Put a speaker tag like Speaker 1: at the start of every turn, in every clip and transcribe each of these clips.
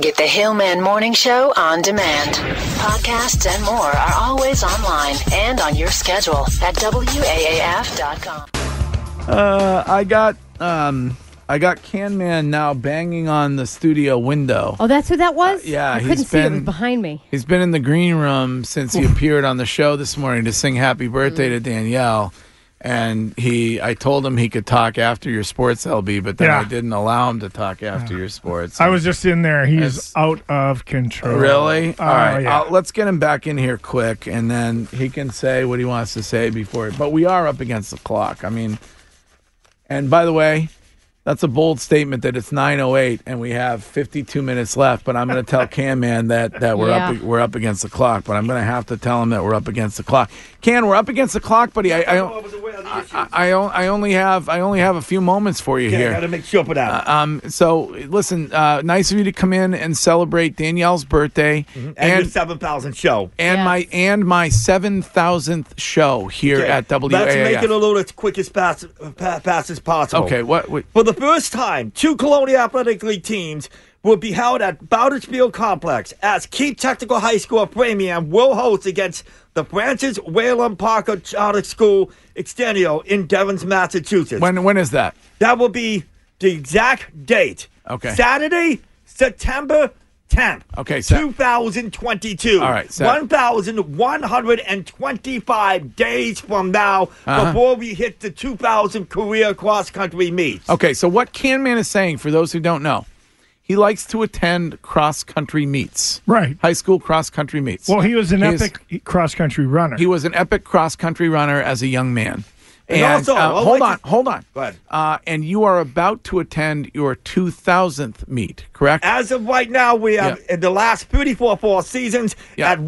Speaker 1: Get the Hillman Morning Show on demand. Podcasts and more are always online and on your schedule at WAAF.com.
Speaker 2: Uh, I got um, I got Can Man now banging on the studio window.
Speaker 3: Oh, that's who that was?
Speaker 2: yeah,
Speaker 3: I
Speaker 2: he's
Speaker 3: couldn't see it. It was
Speaker 2: been-
Speaker 3: behind me.
Speaker 2: He's been in the green room since he appeared on the show this morning to sing "Happy Birthday" to Danielle, and he. I told him he could talk after your sports LB, but then I
Speaker 4: Yeah.
Speaker 2: didn't allow him to talk after your sports.
Speaker 4: I was just in there. He's
Speaker 2: It's-
Speaker 4: out of control.
Speaker 2: Really?
Speaker 4: Oh,
Speaker 2: All right.
Speaker 4: yeah.
Speaker 2: uh, let's get him back in here quick, and then he can say what he wants to say before. But we are up against the clock. I mean, and by the way, that's a bold statement that it's 9:08 and we have 52 minutes left. But I'm going to tell Can Man that that we're up
Speaker 3: Yeah.
Speaker 2: we're up against the clock. But I'm going to have to tell him that we're up against the clock. Can we're up against the clock, buddy? I I, I, I, I, on- I only have I only have a few moments for you here.
Speaker 5: I gotta make sure for that.
Speaker 2: Um, so listen, uh, nice of you to come in and celebrate Danielle's birthday
Speaker 5: Mm-hmm. and your
Speaker 2: and
Speaker 5: seven thousand show.
Speaker 2: and
Speaker 3: Yeah.
Speaker 2: my and my seven thousandth show here
Speaker 5: Okay,
Speaker 2: at WAAF.
Speaker 5: Let's make it a little as quick as fast, pa- fast as possible.
Speaker 2: okay, what? what
Speaker 5: For the first time, two Colonial Athletic League teams will be held at Bowdersfield Complex as Key Technical High School of Framingham will host against the Francis Whalen Parker Charter School Extendio in Devons, Massachusetts.
Speaker 2: when when is that?
Speaker 5: That will be the exact date.
Speaker 2: Okay.
Speaker 5: Saturday, September 10th.
Speaker 2: Okay, Sa-
Speaker 5: 2022.
Speaker 2: All right, Sa-
Speaker 5: 1,125 days from now
Speaker 2: Uh-huh.
Speaker 5: before we hit the 2,000 career cross country meets.
Speaker 2: Okay, so what Canman is saying for those who don't know, he likes to attend cross country meets,
Speaker 4: Right.
Speaker 2: High school cross country meets.
Speaker 4: Well, he was an
Speaker 2: He's-
Speaker 4: epic cross country runner.
Speaker 2: He was an epic cross country runner as a young man. uh,
Speaker 5: And uh, also, I would
Speaker 2: hold
Speaker 5: like
Speaker 2: on,
Speaker 5: to-
Speaker 2: hold on.
Speaker 5: Go ahead.
Speaker 2: Uh, and you are about to attend your 2000th meet, correct?
Speaker 5: As of right now, we have
Speaker 2: Yeah.
Speaker 5: in the last 34 four seasons
Speaker 2: Yeah.
Speaker 5: at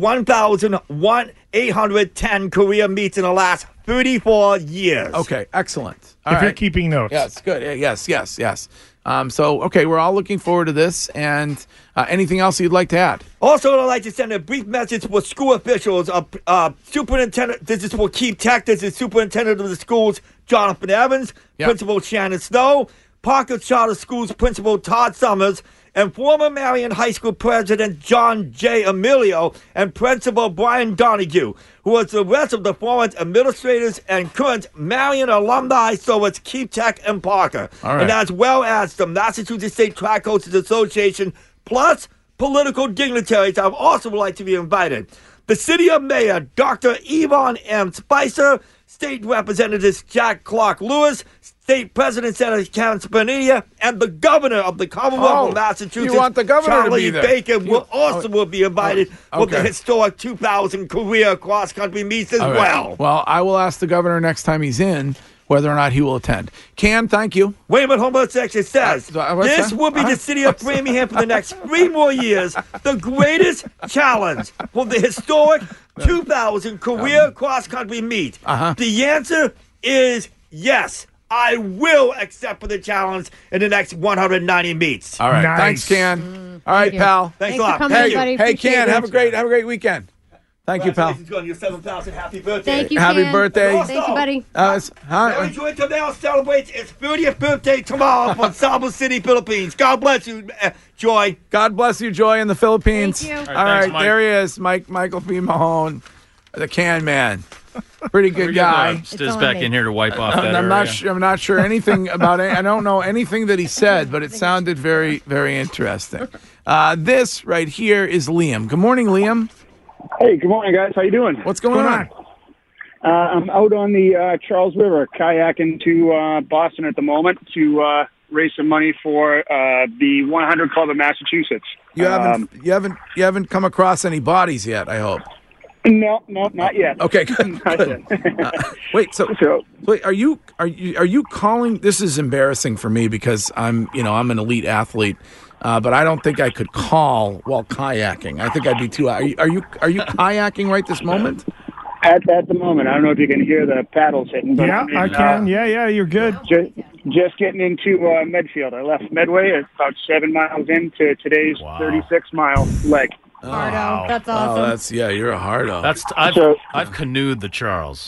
Speaker 5: 1,810 career meets in the last 34 years.
Speaker 2: okay, excellent. All
Speaker 4: if
Speaker 2: right.
Speaker 4: you're keeping notes.
Speaker 2: Yes, good. Yeah, Yes, yes, yes. Um, so, okay, we're all looking forward to this. And uh, anything else you'd like to add?
Speaker 5: Also, I'd like to send a brief message for school officials. Uh, uh, Superintendent, this is for Keith Tech. This is Superintendent of the schools, Jonathan Evans,
Speaker 2: Yeah.
Speaker 5: Principal Shannon Snow, Parker Charter Schools Principal Todd Summers, and former Marion High School President John J. Emilio and Principal Brian Donahue, who was the rest of the former administrators and current Marion alumni, so it's Keith Tech and Parker.
Speaker 2: All right.
Speaker 5: And as well as the Massachusetts State Track Coaches Association, plus political dignitaries. I would also like to be invited. The City of Mayor, Dr. Yvonne M. Spicer, State Representatives Jack Clark Lewis, State President Senator Karen Spinilla, and the Governor of the Commonwealth
Speaker 2: Oh,
Speaker 5: of Massachusetts,
Speaker 2: you want the governor to
Speaker 5: Charlie
Speaker 2: be there.
Speaker 5: Baker, will
Speaker 2: You-
Speaker 5: also will be invited
Speaker 2: oh,
Speaker 5: for the
Speaker 2: okay.
Speaker 5: historic 2000 career cross-country meets as
Speaker 2: All right.
Speaker 5: well.
Speaker 2: Well, I will ask the governor next time he's in whether or not he will attend. Can, thank you.
Speaker 5: Waymouth Homosexual says,
Speaker 2: Uh, what's
Speaker 5: This
Speaker 2: that?
Speaker 5: will be the city of Framingham for the next three more years, the greatest challenge for the historic 2000 career cross country meet.
Speaker 2: Um, Uh-huh.
Speaker 5: The answer is yes. I will accept for the challenge in the next 190 meets.
Speaker 2: All right.
Speaker 4: Nice.
Speaker 2: Thanks, Can. All right,
Speaker 3: Mm, you.
Speaker 2: pal.
Speaker 5: Thanks,
Speaker 3: Thanks
Speaker 5: a
Speaker 3: for
Speaker 5: lot.
Speaker 3: coming,
Speaker 2: Hey,
Speaker 5: Thank you.
Speaker 3: buddy.
Speaker 2: hey,
Speaker 3: Appreciate
Speaker 2: Can,
Speaker 3: it.
Speaker 2: have a great, have a great weekend. Thank you, pal.
Speaker 5: Congratulations on your 7,000 happy birthday.
Speaker 3: Thank you.
Speaker 2: Happy
Speaker 3: Can.
Speaker 2: birthday.
Speaker 3: Thank you, buddy.
Speaker 2: Uh, it's-
Speaker 5: Mary
Speaker 2: hi,
Speaker 5: Joy Tavell celebrates its 30th birthday tomorrow from Sabo City, Philippines. God bless you, uh, Joy.
Speaker 2: God bless you, Joy, in the Philippines.
Speaker 3: Thank you.
Speaker 2: All
Speaker 3: All
Speaker 2: right,
Speaker 3: right,
Speaker 6: thanks, Mike.
Speaker 2: there he is, Mike Michael P. Mahone, the Can Man. Pretty good
Speaker 6: guy.
Speaker 2: guy.
Speaker 3: It's
Speaker 6: Stiz
Speaker 3: on
Speaker 6: back
Speaker 3: me.
Speaker 6: in here to wipe off that.
Speaker 2: And I'm not
Speaker 6: area.
Speaker 2: sure, I'm not sure anything about it. I don't know anything that he said, but it sounded very very interesting. Uh, this right here is Liam. Good morning, Liam.
Speaker 7: Hey, good morning, guys. How you doing?
Speaker 2: What's going,
Speaker 4: Going
Speaker 2: on?
Speaker 4: on.
Speaker 7: Uh, I'm out on the uh, Charles River kayaking to uh, Boston at the moment to uh, raise some money for uh, the 100 Club of Massachusetts.
Speaker 2: You haven't
Speaker 7: Um,
Speaker 2: you haven't you haven't come across any bodies yet. I hope.
Speaker 7: no, no, not yet.
Speaker 2: Okay, good.
Speaker 7: Not
Speaker 2: good.
Speaker 7: yet.
Speaker 2: Uh, wait, so
Speaker 7: so,
Speaker 2: wait, are you are you are you calling? This is embarrassing for me because I'm you know I'm an elite athlete. Uh, but I don't think I could call while kayaking. I think I'd be too. Are you are you, are you kayaking right this moment?
Speaker 7: At, at the moment, I don't know if you can hear the paddles hitting. But
Speaker 4: Yeah,
Speaker 7: mean,
Speaker 4: I
Speaker 7: uh,
Speaker 4: can. Yeah, yeah, you're good.
Speaker 7: Just, just getting into uh, Medfield. I left Medway at about seven miles into today's 36 mile leg.
Speaker 3: Wow.
Speaker 6: That's
Speaker 2: Oh,
Speaker 6: awesome.
Speaker 2: that's yeah. You're a hardo.
Speaker 3: That's I've
Speaker 7: So-
Speaker 3: I've canoed the Charles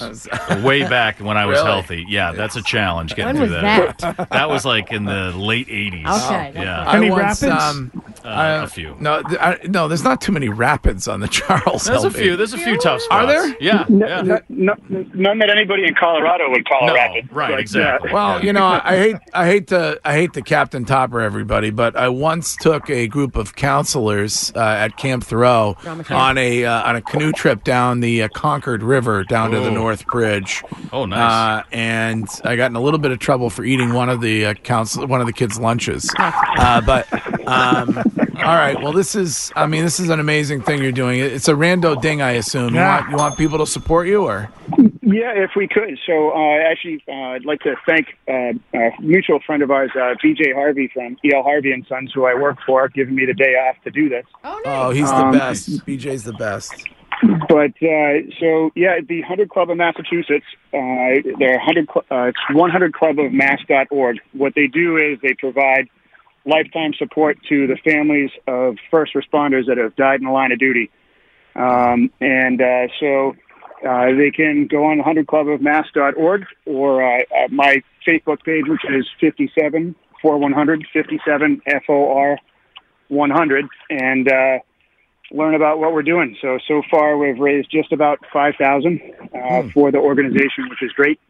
Speaker 3: way back when I was
Speaker 2: Really?
Speaker 3: healthy. Yeah, that's a challenge getting
Speaker 6: When
Speaker 3: through
Speaker 6: was
Speaker 3: that. That was like in the late '80s.
Speaker 6: Okay.
Speaker 3: Yeah,
Speaker 2: I
Speaker 4: Any
Speaker 2: once,
Speaker 4: rapids?
Speaker 2: Um,
Speaker 3: uh,
Speaker 2: I-
Speaker 3: a few.
Speaker 2: No, th- I, no. There's not too many rapids on the Charles.
Speaker 3: There's a
Speaker 2: LB.
Speaker 3: few. There's a few tough spots.
Speaker 2: Are there?
Speaker 3: Yeah. yeah.
Speaker 7: No, no, none that anybody in Colorado would call
Speaker 3: No,
Speaker 7: a rapid.
Speaker 3: right,
Speaker 7: Like,
Speaker 3: exactly.
Speaker 2: Well, you know, I hate I hate to I hate the Captain Topper everybody, but I once took a group of counselors uh, at Camp Thoreau on a uh, on a canoe trip down the uh, Concord River down to the
Speaker 3: Oh.
Speaker 2: North Bridge.
Speaker 3: Oh, nice.
Speaker 2: Uh, and I got in a little bit of trouble for eating one of the uh, counsel one of the kids' lunches. Uh, but um, all right, well, this is I mean, this is an amazing thing you're doing. It's a rando ding, I assume. You
Speaker 4: Yeah.
Speaker 2: want you want people to support you, or
Speaker 7: Yeah, if we could. So, uh, actually, uh, I'd like to thank uh, a mutual friend of ours, uh, BJ Harvey from E.L. Harvey and Sons, who I work for, giving me the day off to do this.
Speaker 6: Oh,
Speaker 2: oh,
Speaker 6: nice.
Speaker 2: he's
Speaker 7: Um,
Speaker 2: the best. BJ's the best.
Speaker 7: But uh, so yeah, the Hundred Club of Massachusetts. Uh, they're hundred. Cl- uh, it's one hundred club of mass.org. What they do is they provide lifetime support to the families of first responders that have died in the line of duty, um, and uh, so. Uh, they can go on 100clubofmass.org or uh, uh, my Facebook page, which is 57 4100 57 FOR 100, and uh, learn about what we're doing. So so far we've raised just about five thousand uh,
Speaker 2: Hmm.
Speaker 7: for the organization, which is great.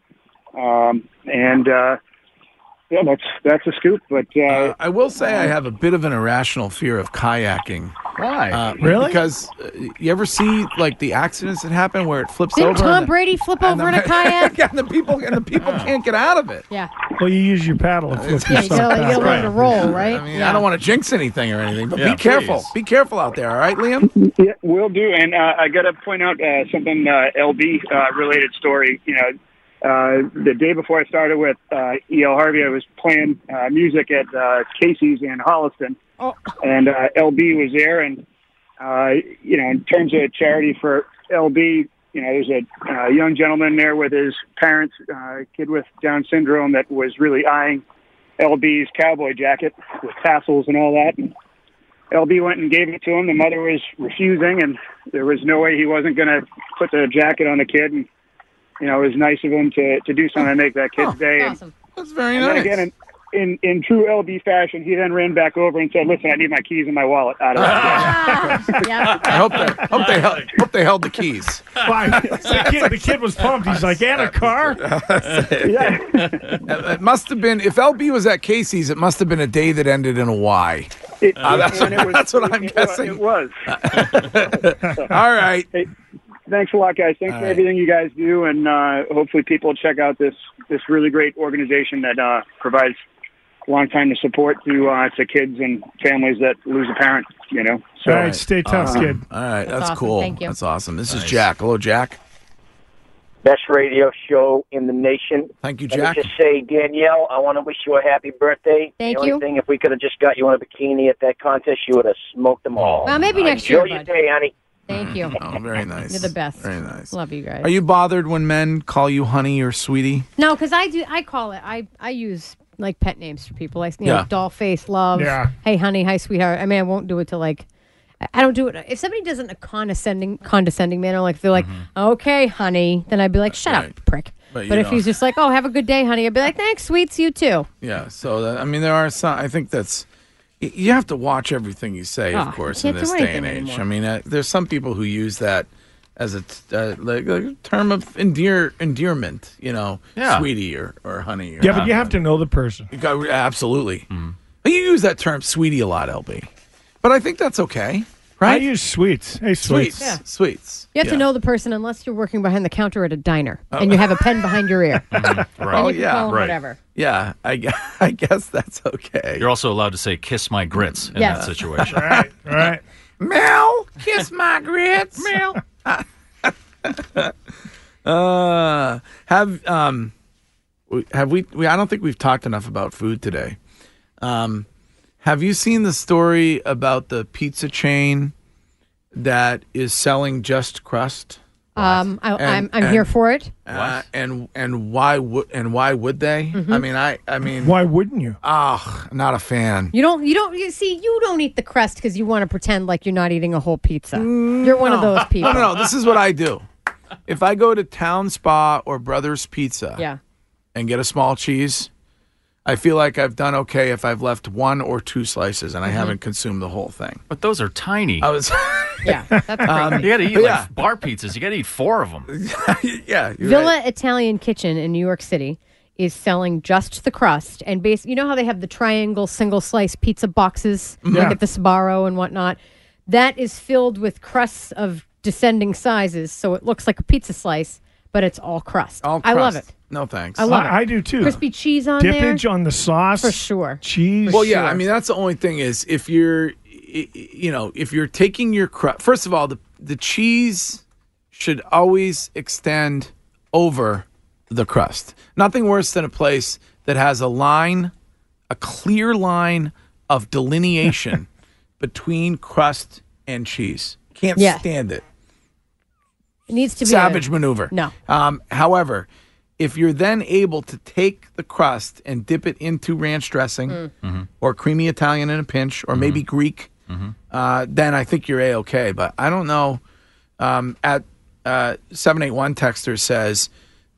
Speaker 7: Um, and uh, yeah, that's that's a scoop. But uh,
Speaker 2: Uh, I will say I have a bit of an irrational fear of kayaking.
Speaker 3: Why?
Speaker 2: Uh,
Speaker 4: Really?
Speaker 2: Because uh, you ever see like the accidents that happen where it flips
Speaker 6: Didn't
Speaker 2: over?
Speaker 6: Tom
Speaker 2: and the-
Speaker 6: Brady flip
Speaker 2: and the-
Speaker 6: over in a kayak?
Speaker 2: and the people and the people can't get out of it.
Speaker 6: Yeah.
Speaker 4: Well, you use your paddle
Speaker 2: Uh,
Speaker 4: to flip
Speaker 6: Yeah, you
Speaker 4: yourself
Speaker 6: gotta, you gotta
Speaker 4: back.
Speaker 6: learn to roll, right?
Speaker 2: I mean,
Speaker 6: yeah.
Speaker 2: I don't want to jinx anything or anything, but
Speaker 3: Yeah,
Speaker 2: be careful.
Speaker 3: please.
Speaker 2: Be careful out there. All right, Liam.
Speaker 7: yeah, we'll do. And uh, I got to point out uh, something uh, LB uh, related story. You know, uh, the day before I started with uh, E.L. Harvey, I was playing uh, music at uh, Casey's in Holliston,
Speaker 6: Oh.
Speaker 7: and uh, LB was there. And uh, you know, in terms of charity for LB, you know, there's a uh, young gentleman there with his parents, uh, kid with Down syndrome, that was really eyeing LB's cowboy jacket with tassels and all that. And LB went and gave it to him. The mother was refusing, and there was no way he wasn't going to put the jacket on the kid. And you know, it was nice of him to to do something to make that kid's day. And,
Speaker 6: Awesome.
Speaker 2: That's very
Speaker 7: and then
Speaker 2: nice.
Speaker 7: again, in, in in true LB fashion, he then ran back over and said, "Listen, I need my keys and my wallet out of that."
Speaker 6: Ah, yeah.
Speaker 2: I hope they hope they held, hope they held the keys.
Speaker 4: Why, the, kid, the kid was pumped. He's like, and a car?
Speaker 2: It it must have been if LB was at Casey's, it must have been a day that ended in a Y.
Speaker 7: It-
Speaker 2: Ah, that's-
Speaker 7: and it was-
Speaker 2: that's what I'm
Speaker 7: it-
Speaker 2: guessing.
Speaker 7: It was.
Speaker 2: All right.
Speaker 7: Thanks a lot, guys. Thanks
Speaker 2: All
Speaker 7: for
Speaker 2: right.
Speaker 7: everything you guys do, and uh, hopefully, people check out this this really great organization that uh, provides long time to support to uh, to kids and families that lose a parent. You know, so
Speaker 4: All right, stay tough,
Speaker 2: Awesome.
Speaker 4: kid.
Speaker 2: Uh-huh. All right. That's,
Speaker 6: awesome.
Speaker 2: cool.
Speaker 6: Thank you.
Speaker 2: That's awesome. This is Jack. Hello, Jack.
Speaker 8: best radio show in the nation.
Speaker 2: Thank you,
Speaker 8: Let
Speaker 2: Jack.
Speaker 8: me just say, Danielle, I want to wish you a happy birthday.
Speaker 6: Thank
Speaker 8: the only
Speaker 6: you.
Speaker 8: Thing, if we could have just got you in a bikini at that contest, you would have smoked them all.
Speaker 6: Well, maybe next
Speaker 8: Oh, Enjoy
Speaker 6: year,
Speaker 8: your
Speaker 6: bud.
Speaker 8: day, honey.
Speaker 6: Thank you.
Speaker 2: Oh, very nice.
Speaker 6: You're the best.
Speaker 2: Very nice.
Speaker 6: Love you guys.
Speaker 2: Are you bothered when men call you honey or sweetie?
Speaker 6: No, because I do. I call it. I I use like pet names for people. Like you know,
Speaker 2: Yeah.
Speaker 6: doll face, love.
Speaker 4: Yeah.
Speaker 6: Hey, honey. Hi, sweetheart. I mean, I won't do it to like. I- I don't do it if somebody does it in a condescending condescending manner. Like if they're like, okay, honey, then I'd be like, shut
Speaker 2: Mm-hmm. Right.
Speaker 6: up, prick.
Speaker 2: But you
Speaker 6: But, if
Speaker 2: don't.
Speaker 6: he's just like, oh, have a good day, honey, I'd be like, thanks, sweets, you too.
Speaker 2: Yeah. So that, I mean, there are some. I think that's. y- You have to watch everything you say,
Speaker 6: Oh,
Speaker 2: of
Speaker 6: you
Speaker 2: course, in
Speaker 6: can't do
Speaker 2: this day
Speaker 6: anything
Speaker 2: and age.
Speaker 6: anymore.
Speaker 2: I mean, uh, there's some people who use that as a t- uh, like, like a term of endear endearment. You know,
Speaker 3: Yeah.
Speaker 2: sweetie or, or honey. Or
Speaker 4: Yeah, Mm-hmm. but you have to know the person.
Speaker 2: You got- absolutely. You use that term sweetie a lot, LB, but I think that's okay,
Speaker 4: I
Speaker 2: right?
Speaker 4: use sweets. Hey, sweets.
Speaker 2: sweets,
Speaker 6: Yeah.
Speaker 2: sweets.
Speaker 6: You have to
Speaker 2: Yeah. Oh.
Speaker 6: know the person unless you're working behind the counter at a diner and you have a pen behind your ear. and
Speaker 2: Mm-hmm.
Speaker 3: right.
Speaker 6: you can
Speaker 2: yeah,
Speaker 6: call 'em
Speaker 3: right.
Speaker 6: whatever.
Speaker 2: Yeah, I, gu- I guess that's okay.
Speaker 3: You're also allowed to say "kiss my grits" in
Speaker 6: Yes.
Speaker 3: that situation.
Speaker 4: All right.
Speaker 2: Mel, kiss my grits. Mel. uh, have um, we- have we, we? I don't think we've talked enough about food today. Um, Have you seen the story about the pizza chain that is selling just crust?
Speaker 6: Um, I,
Speaker 2: And-
Speaker 6: I'm, I'm
Speaker 2: and-
Speaker 6: here for it.
Speaker 2: Uh, and and why would and why would they?
Speaker 6: Mhm.
Speaker 2: I mean, I I mean,
Speaker 4: Why wouldn't you?
Speaker 2: Ah, not a fan.
Speaker 6: You don't. You don't. You see. You don't eat the crust because you want to pretend like you're not eating a whole pizza. You're one of
Speaker 2: Mm, No.
Speaker 6: those people.
Speaker 2: No, no, no. This is what I do. If I go to Town Spa or Brothers Pizza
Speaker 6: Yeah.
Speaker 2: and get a small cheese, I feel like I've done okay if I've left one or two slices and I
Speaker 3: Mhm.
Speaker 6: Mm-hmm.
Speaker 2: haven't consumed the whole thing. Oh.
Speaker 3: But those are tiny.
Speaker 2: I was.
Speaker 6: yeah, that's
Speaker 3: Um, you got to eat
Speaker 2: but
Speaker 3: like
Speaker 2: yeah.
Speaker 3: bar pizzas. You got to eat four of them.
Speaker 2: yeah,
Speaker 6: Villa Italian Kitchen in New York City is selling just the crust and base. You know how they have the triangle single slice pizza boxes,
Speaker 2: Mm-hmm.
Speaker 9: Yeah.
Speaker 6: like at the Sbarro and whatnot. That is filled with crusts of descending sizes, so it looks like a pizza slice, but it's all crust.
Speaker 2: All
Speaker 6: I love it.
Speaker 2: crust. No thanks.
Speaker 6: I love it.
Speaker 4: I do too.
Speaker 6: Crispy cheese on there.
Speaker 4: Dippage on the sauce
Speaker 6: for sure.
Speaker 4: Cheese.
Speaker 2: Well, yeah. I mean, that's the only thing is if you're, i- i- you know, if you're taking your crust. First of all, the the cheese should always extend over the crust. Nothing worse than a place that has a line, a clear line of delineation between crust and cheese. Can't
Speaker 6: Yeah.
Speaker 2: stand it.
Speaker 6: It needs to be a-
Speaker 2: savage maneuver.
Speaker 6: No.
Speaker 2: Um, however, if you're then able to take the crust and dip it into ranch dressing
Speaker 6: Mm.
Speaker 2: or creamy Italian in a pinch or maybe Greek, uh, then I think you're a okay. But I don't know. Um, at uh, seven eight one texter says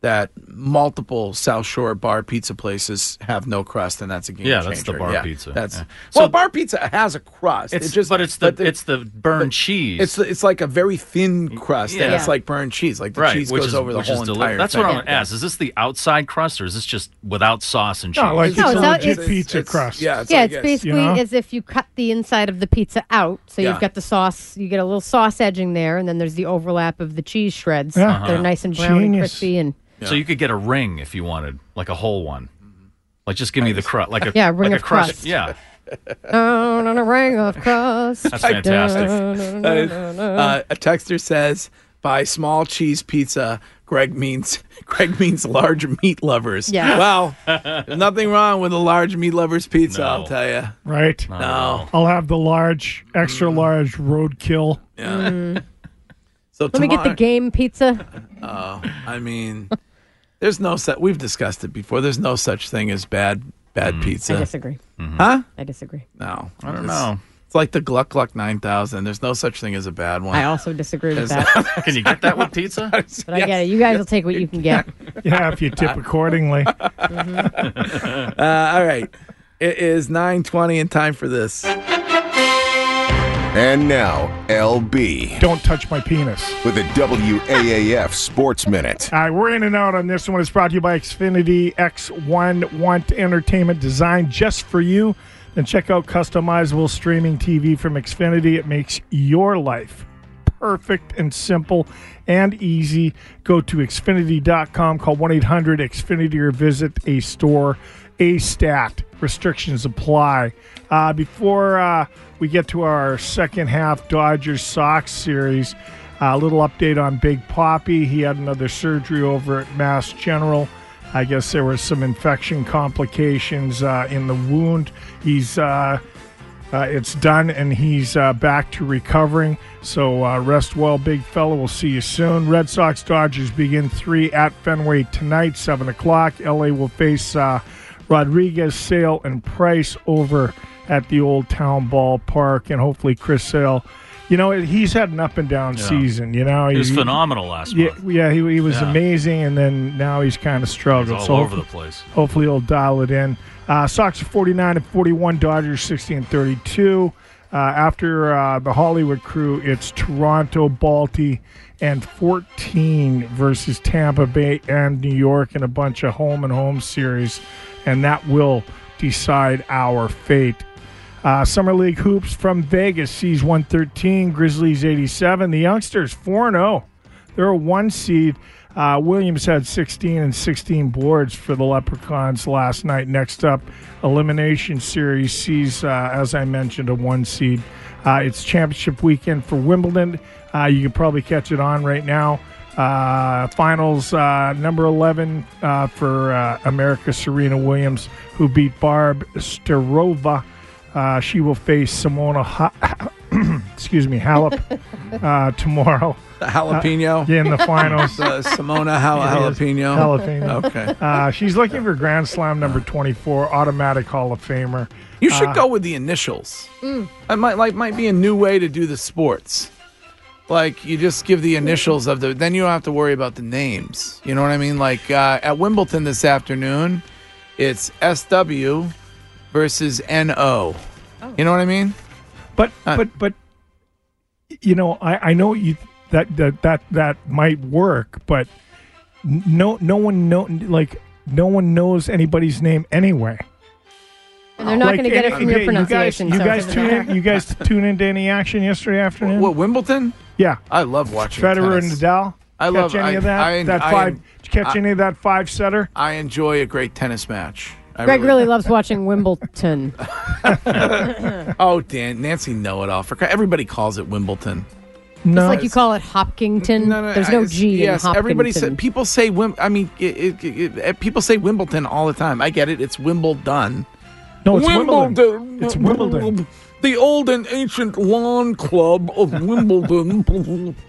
Speaker 2: that multiple South Shore bar pizza places have no crust, and that's a game
Speaker 3: Yeah,
Speaker 2: changer.
Speaker 3: that's the bar
Speaker 2: Yeah,
Speaker 3: pizza.
Speaker 2: That's
Speaker 3: Yeah.
Speaker 2: well, bar pizza has a crust.
Speaker 3: It's
Speaker 2: it just
Speaker 3: but it's the
Speaker 2: but
Speaker 3: it's the burned cheese.
Speaker 2: it's it's like a very thin crust, and
Speaker 3: Yeah.
Speaker 2: it's like burned cheese. Like the
Speaker 3: right,
Speaker 2: cheese
Speaker 3: which
Speaker 2: goes
Speaker 3: is,
Speaker 2: over the
Speaker 3: which
Speaker 2: whole
Speaker 3: is deli-
Speaker 2: entire.
Speaker 3: That's
Speaker 2: thing.
Speaker 3: what I'm to ask. Is this the outside crust, or is this just without sauce and cheese?
Speaker 4: No, like it's a legit pizza crust.
Speaker 2: Yeah,
Speaker 6: yeah, it's basically as if you cut the inside of the pizza out. So
Speaker 3: Yeah.
Speaker 6: you've got the sauce, you get a little sauce edging there, and then there's the overlap of the cheese shreds
Speaker 3: Yeah.
Speaker 6: that
Speaker 3: Uh-huh.
Speaker 6: are nice and brown and
Speaker 3: Genius.
Speaker 6: crispy. And
Speaker 3: So you could get a ring if you wanted, like a whole one. Like just give me the crust, like a
Speaker 6: Yeah, a ring
Speaker 3: like
Speaker 6: of
Speaker 3: a crust.
Speaker 6: crust.
Speaker 3: Yeah,
Speaker 6: down on a ring of crust.
Speaker 3: That's fantastic.
Speaker 6: Down,
Speaker 2: Uh,
Speaker 6: na, na, na, na.
Speaker 2: uh, a texter says, "By small cheese pizza, Greg means Greg means large meat lovers."
Speaker 4: Yes.
Speaker 2: Well, there's nothing wrong with a large meat lovers pizza. I'll tell you.
Speaker 4: Right?
Speaker 2: No.
Speaker 4: I'll have the large,
Speaker 2: Mm.
Speaker 4: extra large roadkill.
Speaker 2: Yeah.
Speaker 6: Mm-hmm.
Speaker 2: So
Speaker 6: Let me get the
Speaker 2: tomorrow-
Speaker 6: game pizza.
Speaker 2: Oh, I mean, there's no such. We've discussed it before. There's no such thing as bad bad pizza.
Speaker 6: I disagree.
Speaker 3: Mm-hmm.
Speaker 2: Huh?
Speaker 6: I disagree.
Speaker 2: No,
Speaker 3: Mm. I don't
Speaker 2: It's-
Speaker 3: know.
Speaker 2: It's like the Gluck Gluck nine thousand. There's no such thing as a bad one.
Speaker 6: I also disagree with
Speaker 2: There's-
Speaker 6: that.
Speaker 3: Can you get that with pizza?
Speaker 6: But I get it. You guys will take what you can get.
Speaker 4: Yeah, if you tip accordingly.
Speaker 2: Uh, all right. It is 9:20 and time for this.
Speaker 10: And now, LB
Speaker 4: Don't touch my penis.
Speaker 10: with a WAAF Sports Minute.
Speaker 4: All right, we're in and out on this one. It's brought to you by Xfinity X1 Want Entertainment Design just for you. Then check out customizable streaming TV from Xfinity. It makes your life perfect and simple and easy. Go to Xfinity.com, call 1 800 Xfinity or visit a store. A stat restrictions apply. Uh, before uh, we get to our second half Dodgers Sox series, a little update on Big Poppy. He had another surgery over at Mass General. I guess there was some infection complications uh, in the wound. He's uh, uh, it's done and he's uh, back to recovering. So uh, rest well, big fella. We'll see you soon. Red Sox Dodgers begin three at Fenway tonight, 7 o'clock. LA will face uh, Rodriguez, Sale, and Price over at the Old Town Ballpark. And hopefully, Chris Sale, you know, he's had an up and down
Speaker 3: Yeah.
Speaker 4: season. You know,
Speaker 3: It was
Speaker 4: He-
Speaker 3: phenomenal last
Speaker 4: yeah,
Speaker 3: month.
Speaker 4: yeah, he, he was
Speaker 3: Yeah.
Speaker 4: amazing, and then now he's kind of struggled.
Speaker 3: He's
Speaker 4: so
Speaker 3: all over
Speaker 4: hopefully-
Speaker 3: the place.
Speaker 4: Hopefully, he'll dial it in. Uh, Sox are 49 and 41, Dodgers 60 and 32. Uh, after uh, the Hollywood crew, it's Toronto, Balti, and 14 versus Tampa Bay and New York in a bunch of home and home series, and that will decide our fate. Uh, Summer League Hoops from Vegas sees 113, Grizzlies 87. The youngsters oh. 4 0. They're a one seed. Uh, Williams had 16 and 16 boards for the Leprechauns last night. Next up, Elimination Series sees, uh, as I mentioned, a one seed. Uh, it's championship weekend for Wimbledon. Uh, you can probably catch it on right now. Uh, finals uh, number 11 uh, for uh, America Serena Williams, who beat Barb Sterova Uh, she will face Simona, ha- excuse me, Halep uh, tomorrow.
Speaker 2: The jalapeno?
Speaker 4: Uh, yeah, in the finals.
Speaker 2: The Simona jala-
Speaker 4: It is.
Speaker 2: jalapeno?
Speaker 4: Jalapeno.
Speaker 2: Okay.
Speaker 4: Uh, she's looking for Grand Slam number 24, automatic Hall of Famer.
Speaker 2: You should
Speaker 4: Uh,
Speaker 2: go with the initials.
Speaker 6: Mm.
Speaker 2: That might like might be a new way to do the sports. Like you just give the initials of the, then you don't have to worry about the names. You know what I mean? Like uh, at Wimbledon this afternoon, it's SW versus NO.
Speaker 6: Oh.
Speaker 2: You know what I mean? Uh,
Speaker 4: But but but you know, I, I know you that that that that might work, but n- no no one know like no one knows anybody's name anyway.
Speaker 6: And they're not
Speaker 4: Like,
Speaker 6: going to get it
Speaker 4: and-
Speaker 6: from
Speaker 4: and
Speaker 6: your
Speaker 4: you guys-
Speaker 6: pronunciation.
Speaker 4: You
Speaker 6: so it
Speaker 4: guys,
Speaker 6: doesn't
Speaker 4: tune in.
Speaker 6: matter.
Speaker 4: You guys tune into any action yesterday afternoon?
Speaker 2: What Wimbledon?
Speaker 4: Yeah,
Speaker 2: I love watching
Speaker 4: Federer
Speaker 2: tennis.
Speaker 4: and Nadal.
Speaker 2: I
Speaker 4: catch
Speaker 2: love-
Speaker 4: any
Speaker 2: I-
Speaker 4: of that.
Speaker 2: I-
Speaker 4: that
Speaker 2: I-
Speaker 4: five. did you catch
Speaker 2: I-
Speaker 4: any of that five setter?
Speaker 2: I enjoy a great tennis match. I
Speaker 6: Greg really loves watching Wimbledon.
Speaker 2: oh, Dan, Nancy know it all. For everybody calls it Wimbledon.
Speaker 6: It's like you call it Hopkinton. There's no
Speaker 2: I-
Speaker 6: G
Speaker 2: yes,
Speaker 6: in Hopkinton.
Speaker 2: everybody said people say Wim. I mean, it, it, it, it- people say Wimbledon all the time. I get it. It's Wimbledon.
Speaker 4: No, it's Wimbledon. It's Wimbledon.
Speaker 2: The old and ancient lawn club of Wimbledon.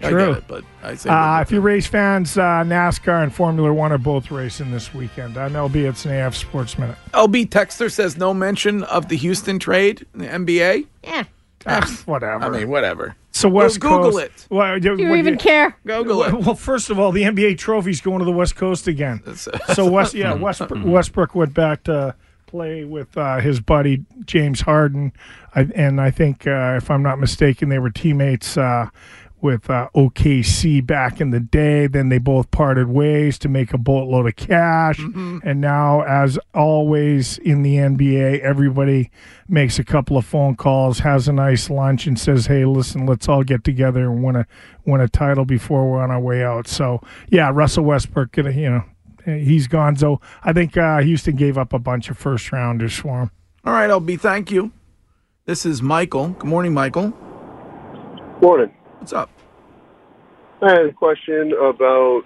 Speaker 2: I get
Speaker 4: True.
Speaker 2: it, but I say
Speaker 4: Uh, if you're race fans, uh, NASCAR and Formula One are both racing this weekend. I know, be it's an AF Sports Minute.
Speaker 2: LB Texter says no mention of the Houston trade, in the NBA.
Speaker 6: Yeah.
Speaker 4: Ah, whatever.
Speaker 2: I mean, whatever.
Speaker 4: So West
Speaker 2: Go Google
Speaker 4: Coast.
Speaker 2: it.
Speaker 4: Well, Do
Speaker 6: you even care?
Speaker 2: Google it.
Speaker 4: Well, first of all, the NBA trophy's going to the West Coast again. so West, yeah,
Speaker 2: Mm-hmm.
Speaker 4: Westbrook, Westbrook went back to play with uh, his buddy James Harden, I, and I think, uh, if I'm not mistaken, they were teammates. Uh, with uh, OKC back in the day, then they both parted ways to make a boatload of cash, and now, as always in the NBA, everybody makes a couple of phone calls, has a nice lunch, and says, "Hey, listen, let's all get together and win a win a title before we're on our way out." So, yeah, Russell Westbrook, gonna, you know, he's Gonzo. I think uh, Houston gave up a bunch of first rounders for him.
Speaker 2: All right, LB. Thank you. This is Michael. Good morning, Michael.
Speaker 9: Morning.
Speaker 2: What's up?
Speaker 9: I had a question about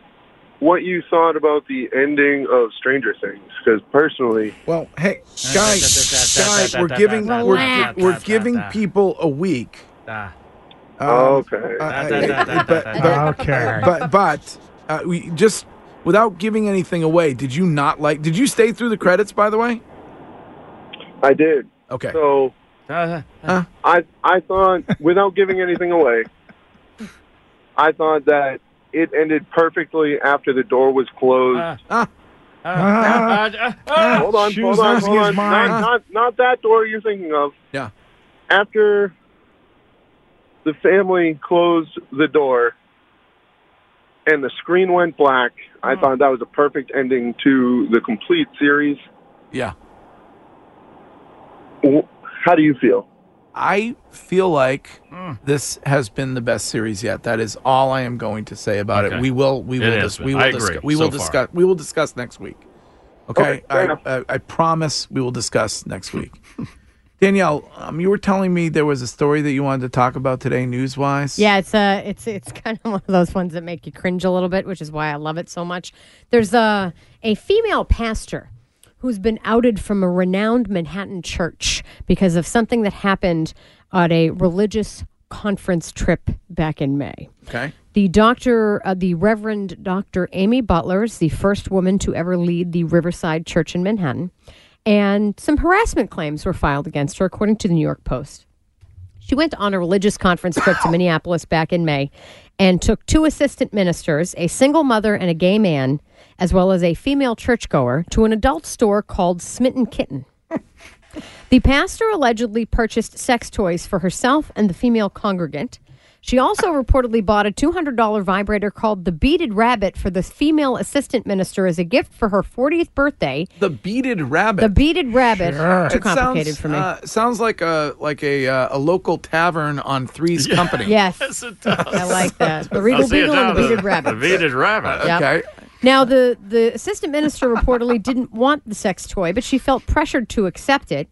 Speaker 9: what you thought about the ending of Stranger Things, because personally,
Speaker 2: well, hey, guys, guys, we're giving we're,
Speaker 9: Relax.
Speaker 2: we're giving people a week. Um,
Speaker 9: Okay.
Speaker 2: uh,
Speaker 9: Da,
Speaker 2: uh,
Speaker 9: da, da, da,
Speaker 2: but- but-
Speaker 9: da, da. Okay.
Speaker 2: But but uh, we just without giving anything away. Did you not like? Did you stay through the credits? By the way,
Speaker 9: I did.
Speaker 2: Okay.
Speaker 9: So I I thought, without giving anything away, I thought that it ended perfectly after the door was closed.
Speaker 4: uh,
Speaker 11: Uh.
Speaker 9: hold on,
Speaker 4: Shoes
Speaker 9: hold on,
Speaker 4: is
Speaker 9: hold on.
Speaker 4: mine.
Speaker 9: Not, not, not that door you're thinking of.
Speaker 2: Yeah.
Speaker 9: After the family closed the door and the screen went black, I thought that was a perfect ending to the complete series.
Speaker 2: Yeah.
Speaker 9: W- How do you feel?
Speaker 2: I feel like
Speaker 3: Hmm.
Speaker 2: this has been the best series yet. That is all I am going to say about
Speaker 3: Okay.
Speaker 2: it. We will we
Speaker 3: It
Speaker 2: will
Speaker 3: has
Speaker 2: dis-
Speaker 3: been.
Speaker 2: we will
Speaker 3: I
Speaker 2: discuss
Speaker 3: agree
Speaker 2: we will
Speaker 3: so far.
Speaker 2: discuss we will discuss next week. Okay,
Speaker 3: Okay, fair
Speaker 2: I, I, I promise we will discuss next week. Danielle, um, you were telling me there was a story that you wanted to talk about today, news wise.
Speaker 6: Yeah, it's uh it's it's kind of one of those ones that make you cringe a little bit, which is why I love it so much. There's a a female pastor who's been outed from a renowned Manhattan church because of something that happened at a religious conference trip back in May.
Speaker 2: Okay.
Speaker 6: The doctor, uh, the Reverend Dr. Amy Butler, is the first woman to ever lead the Riverside Church in Manhattan. And some harassment claims were filed against her, according to the New York Post. She went on a religious conference trip to Minneapolis back in May and took two assistant ministers, a single mother and a gay man, as well as a female churchgoer, to an adult store called Smitten Kitten. the pastor allegedly purchased sex toys for herself and the female congregant. She also reportedly bought a $200 vibrator called the Beaded Rabbit for the female assistant minister as a gift for her 40th birthday.
Speaker 2: The beaded rabbit.
Speaker 6: The Beaded Rabbit. Too
Speaker 2: It sounds,
Speaker 6: complicated for me.
Speaker 2: uh, sounds like a like a uh, a local tavern on Three's Company.
Speaker 6: Yes. I like that. The Regal
Speaker 2: I'll see you
Speaker 6: Beagle and the
Speaker 2: down
Speaker 6: Beaded
Speaker 2: there.
Speaker 6: Rabbit.
Speaker 2: The Beaded
Speaker 3: Rabbit.
Speaker 6: Yep.
Speaker 2: Okay.
Speaker 6: Now, the, the assistant minister reportedly didn't want the sex toy, but she felt pressured to accept it.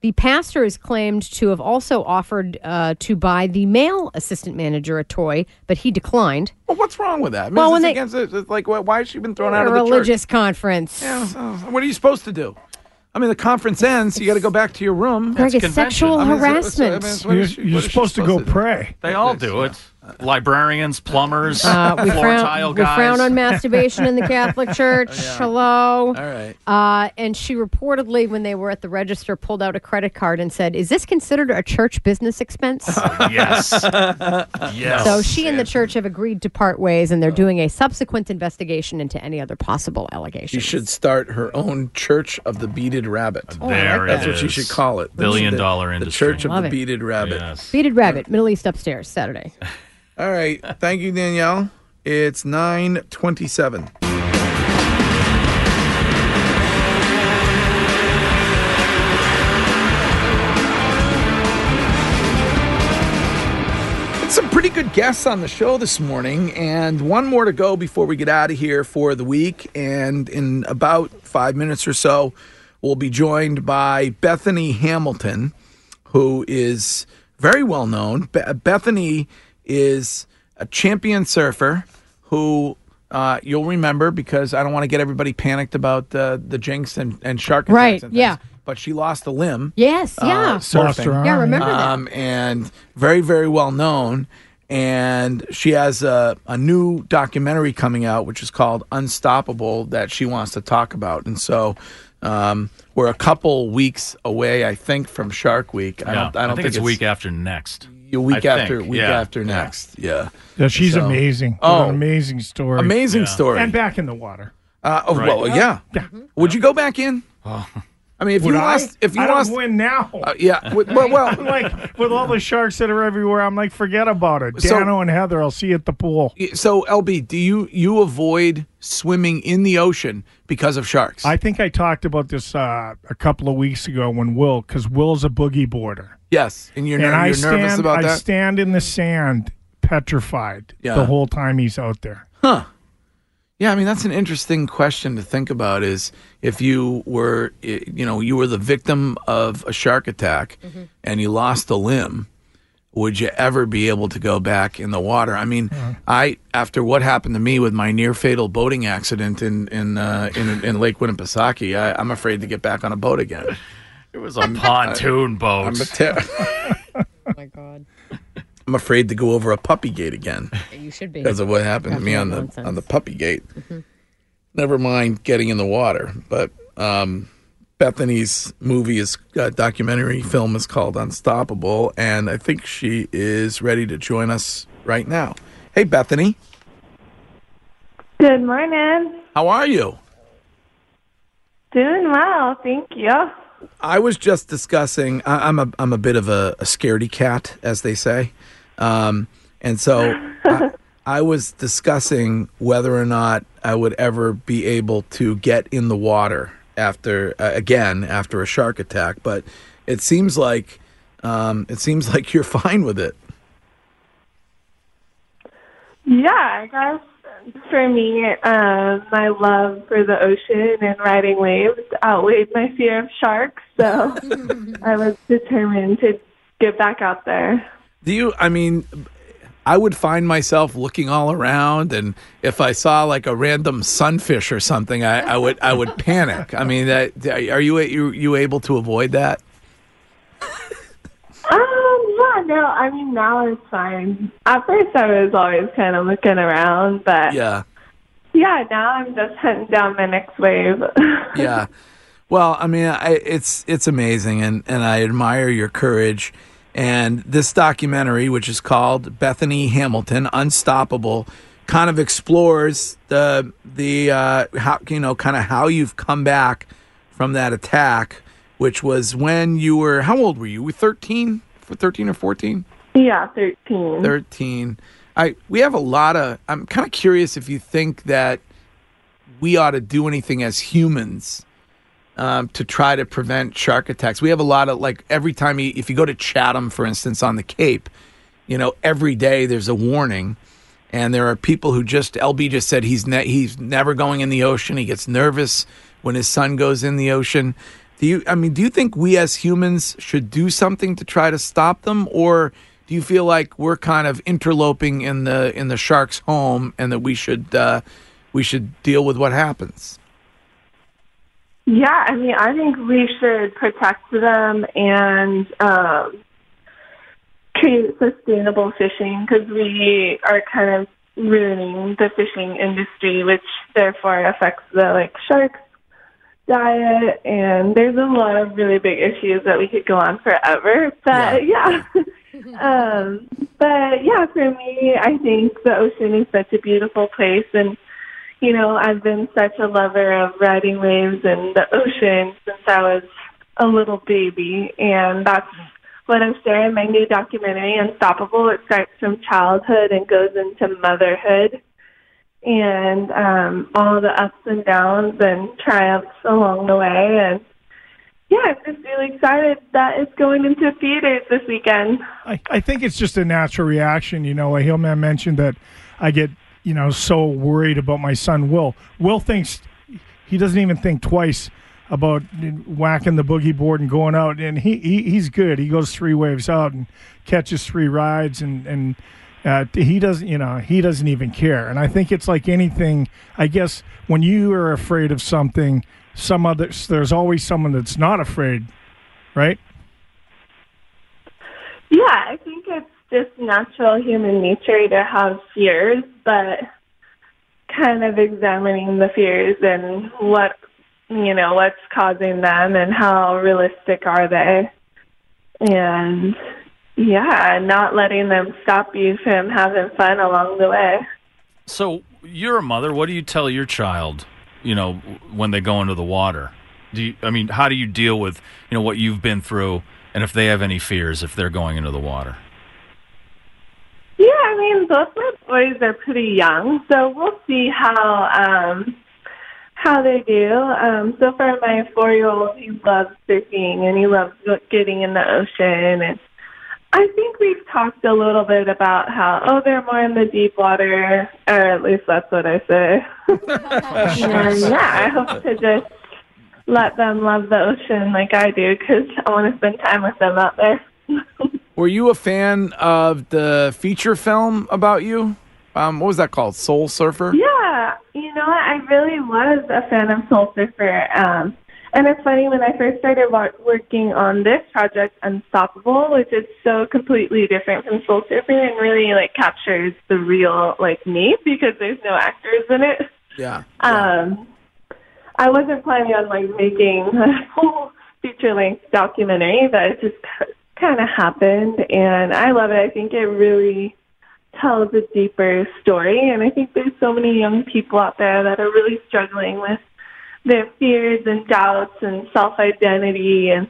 Speaker 6: The pastor is claimed to have also offered uh, to buy the male assistant manager a toy, but he declined.
Speaker 2: Well, what's wrong with that? I mean,
Speaker 6: Well,
Speaker 2: well,
Speaker 6: when
Speaker 2: when
Speaker 6: they-
Speaker 2: against it, it's like, why, why has she been thrown
Speaker 6: a
Speaker 2: out of the
Speaker 6: religious
Speaker 2: church?
Speaker 6: conference.
Speaker 2: Yeah, so what are you supposed to do? I mean, the conference ends. You got to go back to your room.
Speaker 6: Greg, it's sexual
Speaker 2: I mean, it's- it's- I mean,
Speaker 6: harassment.
Speaker 2: it's- what
Speaker 4: You're,
Speaker 2: is she-
Speaker 4: you're
Speaker 2: what is she
Speaker 4: supposed to go
Speaker 2: do?
Speaker 4: pray.
Speaker 3: They all do it. Librarians, plumbers,
Speaker 6: Uh, we,
Speaker 3: floor tile
Speaker 6: frown, we
Speaker 3: guys.
Speaker 6: frown on masturbation in the Catholic Church. Hello. All
Speaker 2: right.
Speaker 6: Uh, and she reportedly, when they were at the register, pulled out a credit card and said, Is this considered a church business expense?
Speaker 3: yes. yes.
Speaker 6: So she and the church have agreed to part ways, and they're
Speaker 2: Oh.
Speaker 6: doing a subsequent investigation into any other possible allegations.
Speaker 2: She should start her own Church of the Beaded Rabbit.
Speaker 3: There
Speaker 2: That's
Speaker 3: it
Speaker 2: what she
Speaker 3: is.
Speaker 2: should call it.
Speaker 3: Billion
Speaker 2: the,
Speaker 3: dollar industry.
Speaker 2: The Church of
Speaker 6: Love
Speaker 2: the
Speaker 6: it.
Speaker 2: Beaded Rabbit.
Speaker 6: Beaded Rabbit, Middle East upstairs, Saturday.
Speaker 2: All right. Thank you, Danielle. It's 927. Some pretty good guests on the show this morning, and one more to go before we get out of here for the week. And in about five minutes or so, we'll be joined by Bethany Hamilton, who is very well known. Be- Bethany is a champion surfer who uh, you'll remember because I don't want to get everybody panicked about uh, the jinx and, and shark attacks.
Speaker 6: Right,
Speaker 2: and things,
Speaker 6: yeah.
Speaker 2: But she lost a limb
Speaker 6: Yes,
Speaker 2: uh,
Speaker 6: yeah.
Speaker 2: surfing.
Speaker 6: Yeah, remember that.
Speaker 2: Um, and very, very well known. And she has a, a new documentary coming out, which is called Unstoppable, that she wants to talk about. And so um, we're a couple weeks away, I think, from Shark Week. I
Speaker 3: Yeah,
Speaker 2: don't, I don't
Speaker 3: think, it's, week after next.
Speaker 2: a week
Speaker 3: I
Speaker 2: after
Speaker 3: think,
Speaker 2: week
Speaker 3: yeah.
Speaker 2: after next. Yeah.
Speaker 4: Yeah, she's
Speaker 2: So-
Speaker 4: amazing. What
Speaker 2: Oh,
Speaker 4: an amazing story.
Speaker 2: amazing story.
Speaker 4: And back in the water.
Speaker 2: uh, oh,
Speaker 3: Right.
Speaker 2: Well, yeah.
Speaker 4: Yeah.
Speaker 2: Would you go back in? I mean, if
Speaker 4: Would
Speaker 2: you
Speaker 4: I?
Speaker 2: lost, if you
Speaker 4: I
Speaker 2: lost,
Speaker 4: don't win now.
Speaker 2: uh, yeah. Well, well,
Speaker 4: I'm like with all the sharks that are everywhere, I'm like, forget about it.
Speaker 2: So-
Speaker 4: Dano and Heather, I'll see you at the pool.
Speaker 2: So LB, do you you avoid swimming in the ocean because of sharks?
Speaker 4: I think I talked about this uh, a couple of weeks ago when Will, because Will's a boogie boarder,
Speaker 2: yes, and you're, ner-
Speaker 4: and I
Speaker 2: you're
Speaker 4: stand,
Speaker 2: nervous about
Speaker 4: I
Speaker 2: that.
Speaker 4: stand in the sand, petrified
Speaker 2: Yeah.
Speaker 4: the whole time he's out there.
Speaker 2: yeah, I mean that's an interesting question to think about. Is if you were i- you know you were the victim of a shark attack
Speaker 4: Mm-hmm.
Speaker 2: and you lost a limb, would you ever be able to go back in the water? I mean,
Speaker 4: Uh-huh.
Speaker 2: I after what happened to me with my near fatal boating accident in in uh, in, in Lake Winnipesaukee, I, I'm afraid to get back on a boat again.
Speaker 3: It was a pontoon boat.
Speaker 2: I'm a ter-
Speaker 6: Oh, my God.
Speaker 2: I'm afraid to go over a puppy gate again.
Speaker 6: You should be.
Speaker 2: because of what happened to me on
Speaker 6: Definitely
Speaker 2: the
Speaker 6: nonsense. Mm-hmm.
Speaker 2: on the puppy gate. Never mind getting in the water, but um, Bethany's movie is uh, documentary film is called Unstoppable, and I think she is ready to join us right now. Hey, Bethany,
Speaker 12: Good morning.
Speaker 2: how are you?
Speaker 12: Doing well, thank you.
Speaker 2: I was just discussing. I, I'm a I'm a bit of a, a scaredy cat, as they say, um, and so I, I was discussing whether or not I would ever be able to get in the water after uh, again after a shark attack. But it seems like um, it seems like you're fine with it.
Speaker 12: Yeah, I guess for me, um, my love for the ocean and riding waves outweighed my fear of sharks, so I was determined to get back out there.
Speaker 2: Do you? I mean, I would find myself looking all around, and if I saw like a random sunfish or something, I, I would I would panic. I mean, that are you you you able to avoid that?
Speaker 12: Um, yeah, no, I mean now it's fine. At first, I was always kind of looking around, but
Speaker 2: Yeah,
Speaker 12: yeah, now I'm just hunting down my next wave.
Speaker 2: yeah. Well, I mean, I, it's it's amazing, and and I admire your courage. And this documentary, which is called Bethany Hamilton Unstoppable, kind of explores the the uh, how you know kind of how you've come back from that attack, which was when you were how old were you? Were thirteen, thirteen or fourteen?
Speaker 12: yeah, thirteen.
Speaker 2: 13 i we have a lot of i'm kind of curious if you think that we ought to do anything as humans um, to try to prevent shark attacks we have a lot of like every time you if you go to chatham for instance on the cape you know every day there's a warning and there are people who just lb just said he's ne- he's never going in the ocean he gets nervous when his son goes in the ocean do you i mean do you think we as humans should do something to try to stop them or do you feel like we're kind of interloping in the in the shark's home and that we should uh, we should deal with what happens
Speaker 12: Yeah, I mean, I think we should protect them and um, create sustainable fishing because we are kind of ruining the fishing industry, which therefore affects the like sharks diet. And there's a lot of really big issues that we could go on forever. But yeah. um, but yeah, for me, I think the ocean is such a beautiful place, and you know, I've been such a lover of riding waves and the ocean since I was a little baby, and that's what I'm sharing my new documentary, Unstoppable. It starts from childhood and goes into motherhood, and um, all the ups and downs and triumphs along the way, and. Yeah, I'm just really excited that it's going into theaters this weekend.
Speaker 4: I, I think it's just a natural reaction. You know, Hillman mentioned that I get, you know, so worried about my son, Will. Will thinks he doesn't even think twice about whacking the boogie board and going out. And he, he he's good. He goes three waves out and catches three rides and, and, uh, he doesn't, you know, he doesn't even care. And I think it's like anything. I guess when you are afraid of something, some others, there's always someone that's not afraid, right?
Speaker 12: Yeah, I think it's just natural human nature to have fears, but kind of examining the fears and what you know what's causing them and how realistic are they, and yeah, not letting them stop you from having fun along the way.
Speaker 3: So you're a mother. What do you tell your child? You know, when they go into the water, do you, I mean, how do you deal with you know what you've been through, and if they have any fears if they're going into the water?
Speaker 12: Yeah, I mean, both my boys are pretty young, so we'll see how um, how they do. Um, so far, my four-year-old he loves surfing and he loves getting in the ocean, and I think we've talked a little bit about how oh they're more in the deep water, or at least that's what I say. and yeah, I hope to just let them love the ocean like I do because I want to spend time with them out there.
Speaker 2: Were you a fan of the feature film about you? Um, what was that called? Soul Surfer?
Speaker 12: Yeah, you know, what? I really was a fan of Soul Surfer. Um, and it's funny when I first started wa- working on this project, Unstoppable, which is so completely different from Soul Surfer and really like captures the real like me because there's no actors in it.
Speaker 2: Yeah.
Speaker 12: Um, I wasn't planning on like making a whole feature length documentary, but it just kind of happened, and I love it. I think it really tells a deeper story, and I think there's so many young people out there that are really struggling with their fears and doubts and self identity and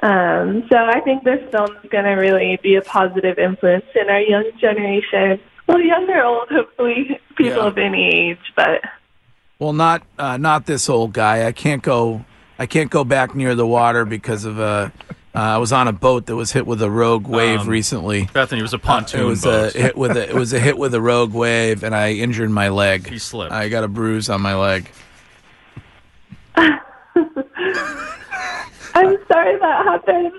Speaker 12: um, so I think this film is going to really be a positive influence in our young generation. Well, young or old, hopefully, people
Speaker 2: Yeah.
Speaker 12: of any age. But
Speaker 2: Well, not uh, not this old guy. I can't go. I can't go back near the water because of a. Uh, I was on a boat that was hit with a rogue wave
Speaker 3: Um,
Speaker 2: recently. Uh,
Speaker 3: Bethany it was a pontoon
Speaker 2: It was
Speaker 3: boat.
Speaker 2: a hit with a, it was a hit with a rogue wave, and I injured my leg. He
Speaker 3: slipped.
Speaker 2: I got a bruise on my leg.
Speaker 12: I'm sorry that happened.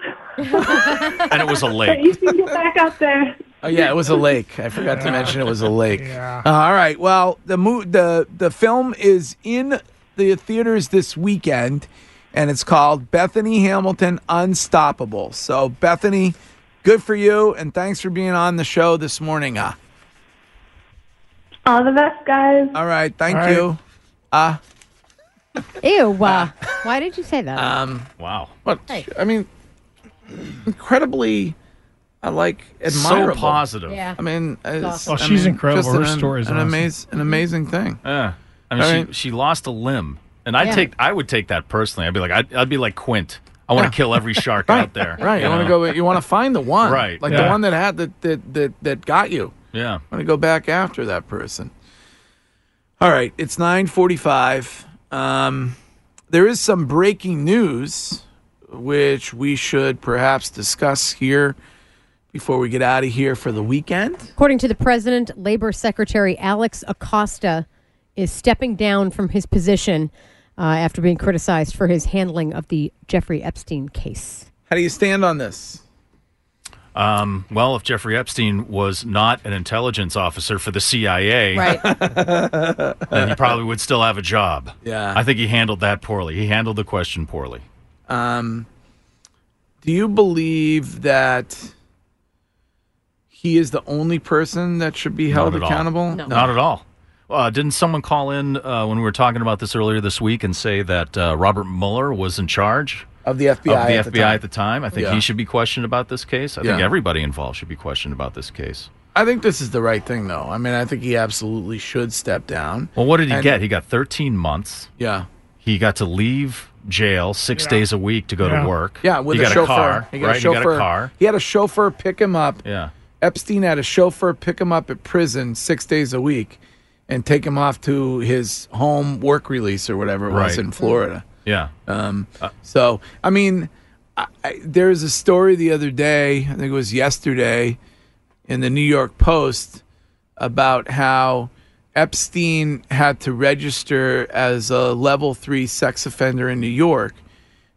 Speaker 3: and it was a
Speaker 12: but
Speaker 3: lake.
Speaker 12: you can get back out there.
Speaker 2: Oh yeah, it was a lake. I forgot to mention it was a lake. Uh, all right. Well, the mo- the the film is in the theaters this weekend, and it's called Bethany Hamilton Unstoppable. So Bethany, good for you, and thanks for being on the show this morning. Uh.
Speaker 12: All the best, guys.
Speaker 2: All right. Thank
Speaker 6: All right.
Speaker 2: you. Uh,
Speaker 6: Ew. Uh, why did you say that?
Speaker 2: um.
Speaker 3: Wow.
Speaker 2: What?
Speaker 6: Hey.
Speaker 2: I mean, incredibly. I like
Speaker 3: So
Speaker 2: admirable.
Speaker 3: positive.
Speaker 6: Yeah.
Speaker 2: I mean, it's,
Speaker 4: Oh,
Speaker 2: I
Speaker 4: she's
Speaker 2: mean,
Speaker 4: incredible.
Speaker 2: just
Speaker 4: Her
Speaker 2: an,
Speaker 4: story's
Speaker 2: an,
Speaker 4: awesome.
Speaker 2: amaz-
Speaker 6: Mm-hmm.
Speaker 2: an amazing thing.
Speaker 3: Yeah. I mean,
Speaker 2: All
Speaker 3: she,
Speaker 2: right.
Speaker 3: she lost a limb, and I would
Speaker 2: Yeah.
Speaker 3: take I would take that personally. I'd be like, I'd, I'd be like Quint. I want to kill every shark out there.
Speaker 2: Right. You,
Speaker 3: know?
Speaker 2: want to go. You want to find the one.
Speaker 3: Right,
Speaker 2: Like the
Speaker 3: yeah.
Speaker 2: one that had that that that, that got you.
Speaker 3: Yeah.
Speaker 2: want to go back after that person. All right. It's nine forty-five. Um, there is some breaking news, which we should perhaps discuss here before we get out of here for the weekend.
Speaker 6: According to the president, Labor Secretary Alex Acosta is stepping down from his position uh, after being criticized for his handling of the Jeffrey Epstein case.
Speaker 2: How do you stand on this?
Speaker 3: Um, well, if Jeffrey Epstein was not an intelligence officer for the CIA,
Speaker 11: Right.
Speaker 3: then he probably would still have a job.
Speaker 2: Yeah.
Speaker 3: I think he handled that poorly. He handled the question poorly.
Speaker 2: Um, do you believe that he is the only person that should be held
Speaker 3: Not at all.
Speaker 2: accountable?
Speaker 3: Not at all. Uh, didn't someone call in uh, when we were talking about this earlier this week and say that uh, Robert Mueller was in charge
Speaker 2: Of the FBI.
Speaker 3: of the FBI
Speaker 2: at the time.
Speaker 3: at the time? I think
Speaker 2: Yeah.
Speaker 3: he should be questioned about this case. I think
Speaker 2: Yeah.
Speaker 3: everybody involved should be questioned about this case.
Speaker 2: I think this is the right thing, though. I mean, I think he absolutely should step down.
Speaker 3: Well, what did he
Speaker 2: And-
Speaker 3: get? He got 13 months.
Speaker 2: Yeah.
Speaker 3: He got to leave jail six
Speaker 2: Yeah.
Speaker 3: days a week to go
Speaker 2: Yeah.
Speaker 3: to work.
Speaker 2: Yeah, with
Speaker 3: he
Speaker 2: a
Speaker 3: got
Speaker 2: chauffeur.
Speaker 3: a car.
Speaker 2: he got
Speaker 3: right?
Speaker 2: a chauffeur.
Speaker 3: He got a car.
Speaker 2: He had a chauffeur pick him up.
Speaker 3: Yeah.
Speaker 2: Epstein had a chauffeur pick him up at prison six days a week, and take him off to his home work release or whatever it was
Speaker 3: Right.
Speaker 2: in Florida.
Speaker 3: Yeah.
Speaker 2: Um, so, I mean, I, I, there was a story the other day, I think it was yesterday, in the New York Post about how Epstein had to register as a level three sex offender in New York.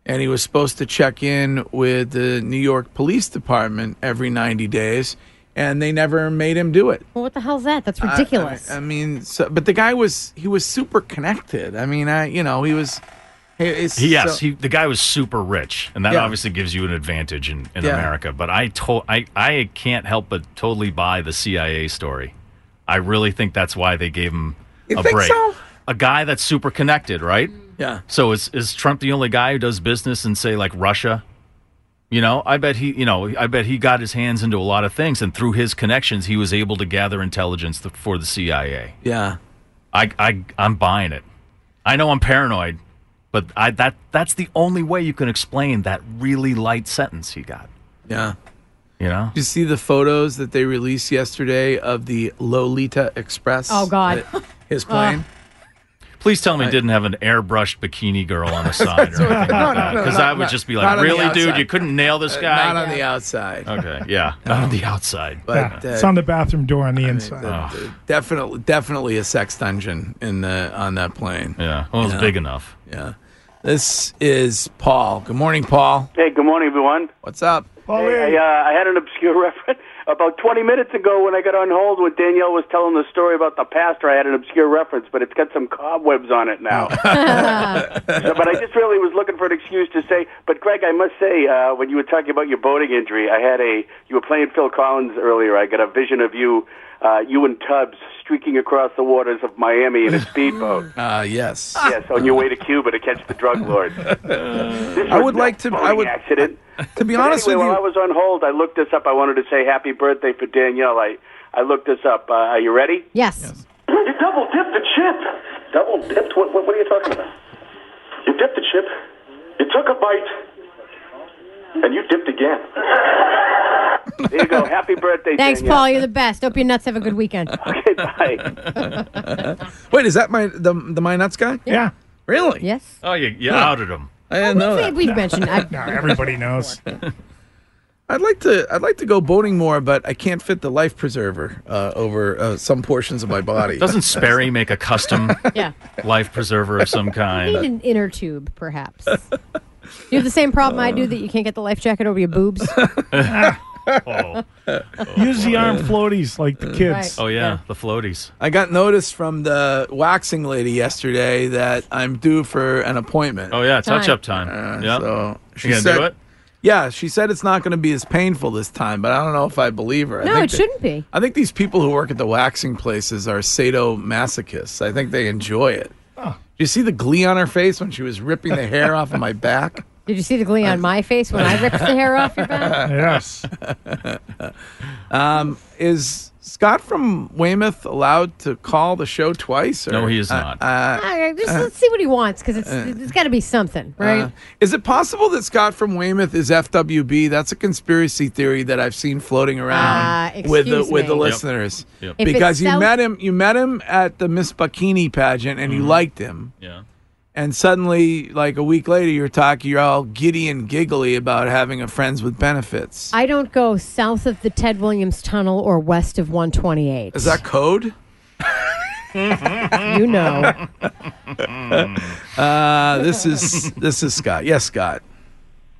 Speaker 2: And he was supposed to check in with the New York Police Department every 90 days, and they never made him do it.
Speaker 6: Well, what the hell's that? That's
Speaker 2: I- I-
Speaker 6: ridiculous.
Speaker 2: I, mean, so, but the guy was he was super connected. I mean, I you know he was. He, it's-
Speaker 3: He- yes,
Speaker 2: so-
Speaker 3: he, the guy was super rich, and that
Speaker 2: Yeah.
Speaker 3: obviously gives you an advantage in, in
Speaker 2: Yeah.
Speaker 3: America. But I, to- I I can't help but totally buy the CIA story. I really think that's why they gave him
Speaker 2: You
Speaker 3: a
Speaker 2: think
Speaker 3: break.
Speaker 2: so?
Speaker 3: A guy that's super connected, right?
Speaker 2: Yeah.
Speaker 3: So is is Trump the only guy who does business in say like Russia? You know, I bet he, you know, I bet he got his hands into a lot of things, and through his connections, he was able to gather intelligence th- for the CIA.
Speaker 2: Yeah.
Speaker 3: I, I, I'm buying it. I know I'm paranoid, but I that that's the only way you can explain that really light sentence he got.
Speaker 2: Yeah.
Speaker 3: You know.
Speaker 2: Did you see the photos that they released yesterday of the Lolita Express?
Speaker 6: Oh, God.
Speaker 2: That- His plane.
Speaker 3: Please tell me he didn't have an airbrushed bikini girl on the side or anything like
Speaker 2: No, no,
Speaker 3: that,
Speaker 2: no,
Speaker 3: because
Speaker 2: not-
Speaker 3: I would
Speaker 2: not-
Speaker 3: just be
Speaker 2: not
Speaker 3: like,
Speaker 2: on the
Speaker 3: "Really, dude?
Speaker 2: outside.
Speaker 3: You couldn't nail this
Speaker 2: Uh,
Speaker 3: guy?"
Speaker 2: not on the outside.
Speaker 3: Okay, yeah, not on the outside.
Speaker 2: But uh,
Speaker 4: it's on the bathroom door on the inside.
Speaker 2: definitely, definitely a sex dungeon in the on that plane.
Speaker 3: Yeah. Well, it's big enough.
Speaker 2: Yeah. This is Paul. Good morning, Paul.
Speaker 13: Hey, good morning, everyone.
Speaker 2: What's up?
Speaker 13: Hey, I, uh, I had an obscure reference. About 20 minutes ago, when I got on hold, when Danielle was telling the story about the pastor, I had an obscure reference, but it's got some cobwebs on it now.
Speaker 2: Oh.
Speaker 13: So, but I just really was looking for an excuse to say. But Greg, I must say, uh, when you were talking about your boating injury, I had a. You were playing Phil Collins earlier. I got a vision of you, uh, you and Tubbs streaking across the waters of Miami in a speedboat.
Speaker 2: Uh, yes.
Speaker 13: Yes, on your way to Cuba to catch the drug lords. This
Speaker 2: I
Speaker 13: was
Speaker 2: would
Speaker 13: no
Speaker 2: like to- I
Speaker 13: boating
Speaker 2: would-
Speaker 13: accident.
Speaker 2: To be
Speaker 13: But
Speaker 2: honest
Speaker 13: anyway,
Speaker 2: with
Speaker 13: while
Speaker 2: you-
Speaker 13: I was on hold, I looked this up. I wanted to say happy birthday for Danielle. I, I looked this up. Uh, are you ready?
Speaker 6: Yes.
Speaker 13: You double dipped the chip.
Speaker 14: Double dipped? What, what, what are you talking about? You dipped the chip, you took a bite, and you dipped again.
Speaker 13: There you go. Happy birthday,
Speaker 6: Thanks,
Speaker 13: Danielle.
Speaker 6: Paul. You're the best. Hope your nuts have a good weekend.
Speaker 13: Okay, bye.
Speaker 2: Wait, is that my the the my nuts guy?
Speaker 4: Yeah.
Speaker 2: Really?
Speaker 3: Yes. Oh, you, you
Speaker 2: Huh.
Speaker 3: outed him.
Speaker 2: I didn't know that.
Speaker 6: Oh, We've mentioned. I,
Speaker 4: no, everybody knows.
Speaker 2: I'd like to I'd like to go boating more, but I can't fit the life preserver uh, over uh, some portions of my body.
Speaker 3: Doesn't Sperry make a custom
Speaker 6: Yeah.
Speaker 3: life preserver of some
Speaker 6: You need
Speaker 3: kind?
Speaker 6: an inner tube, perhaps. you have the same problem I do that you can't get the life jacket over your boobs.
Speaker 4: Use the arm floaties like the kids.
Speaker 3: Oh yeah, the floaties.
Speaker 2: I got notice from the waxing lady yesterday that I'm due for an appointment. Uh,
Speaker 3: Oh yeah, touch up time. yeah.
Speaker 2: So
Speaker 3: you gonna
Speaker 2: said,
Speaker 3: do it?
Speaker 2: Yeah, she said it's not going to be as painful this time, but I don't know if I believe her. I
Speaker 6: No,
Speaker 2: think
Speaker 6: it
Speaker 2: they-
Speaker 6: shouldn't be.
Speaker 2: I think these people who work at the waxing places are sadomasochists. I think they enjoy it. Did you see the glee on her face when she was ripping the hair off of my back?
Speaker 6: Did you see the glee on my face when I ripped the hair off your back?
Speaker 4: yes.
Speaker 2: um, is Scott from Weymouth allowed to call the show twice? Or,
Speaker 3: No, he is
Speaker 2: Uh,
Speaker 3: not.
Speaker 2: uh,
Speaker 6: All right, just
Speaker 2: uh,
Speaker 6: let's see what he wants because it's
Speaker 2: uh,
Speaker 6: it's got to be something, right?
Speaker 2: Uh, is it possible that Scott from Weymouth is FWB? That's a conspiracy theory that I've seen floating
Speaker 6: Ah,
Speaker 2: around with the
Speaker 6: excuse
Speaker 2: with the
Speaker 6: me. Yep.
Speaker 2: listeners.
Speaker 6: Yep. If it's
Speaker 2: Because you
Speaker 6: South-
Speaker 2: met him, you met him at the Miss Bikini pageant, and you liked him.
Speaker 3: Mm-hmm. Yeah.
Speaker 2: And suddenly, like a week later, you're talking, you're all giddy and giggly about having a friends with benefits.
Speaker 6: I don't go south of the Ted Williams Tunnel or west of 128.
Speaker 2: Is that code?
Speaker 6: you know?
Speaker 2: uh, this is this is Scott. Yes, Scott.